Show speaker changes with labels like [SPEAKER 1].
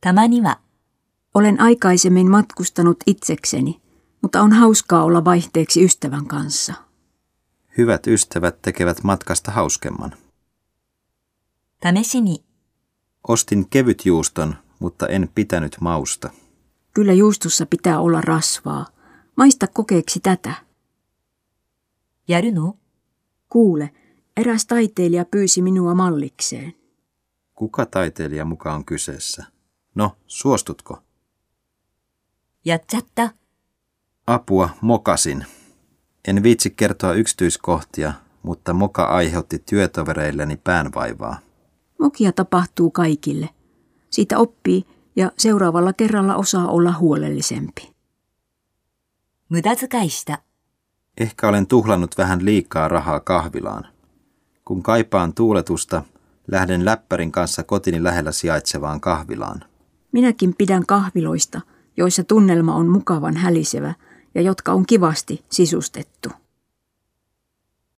[SPEAKER 1] たまには、
[SPEAKER 2] Olen aikaisemmin matkustanut itsekseni, mutta on hauskaa olla vaihteeksi ystävän kanssa.
[SPEAKER 3] Hyvät ystävät tekevät matkasta hauskemman.
[SPEAKER 1] 試しに、
[SPEAKER 3] Ostin kevytjuuston, mutta en pitänyt mausta.
[SPEAKER 2] Kyllä juustussa pitää olla rasvaa. Maista kokeeksi tätä.
[SPEAKER 1] やるの
[SPEAKER 2] Kuule, eräs taiteilija pyysi minua mallikseen.
[SPEAKER 3] Kuka taiteilija mukaan on kyseessä? No, suostutko?
[SPEAKER 1] やっちゃった。
[SPEAKER 3] Apua mokasin. En viitsi kertoa yksityiskohtia, mutta moka aiheutti työtovereilleni päänvaivaa.
[SPEAKER 2] Mokia tapahtuu kaikille. Siitä oppii ja seuraavalla kerralla osaa olla huolellisempi.
[SPEAKER 1] 無駄遣いした。
[SPEAKER 3] Ehkä olen tuhlannut vähän liikaa rahaa kahvilaan. Kun kaipaan tuuletusta, lähden läppärin kanssa kotini lähellä sijaitsevaan kahvilaan.
[SPEAKER 2] Minäkin pidän kahviloista, joissa tunnelma on mukavan hälisevä ja jotka on kivasti sisustettu.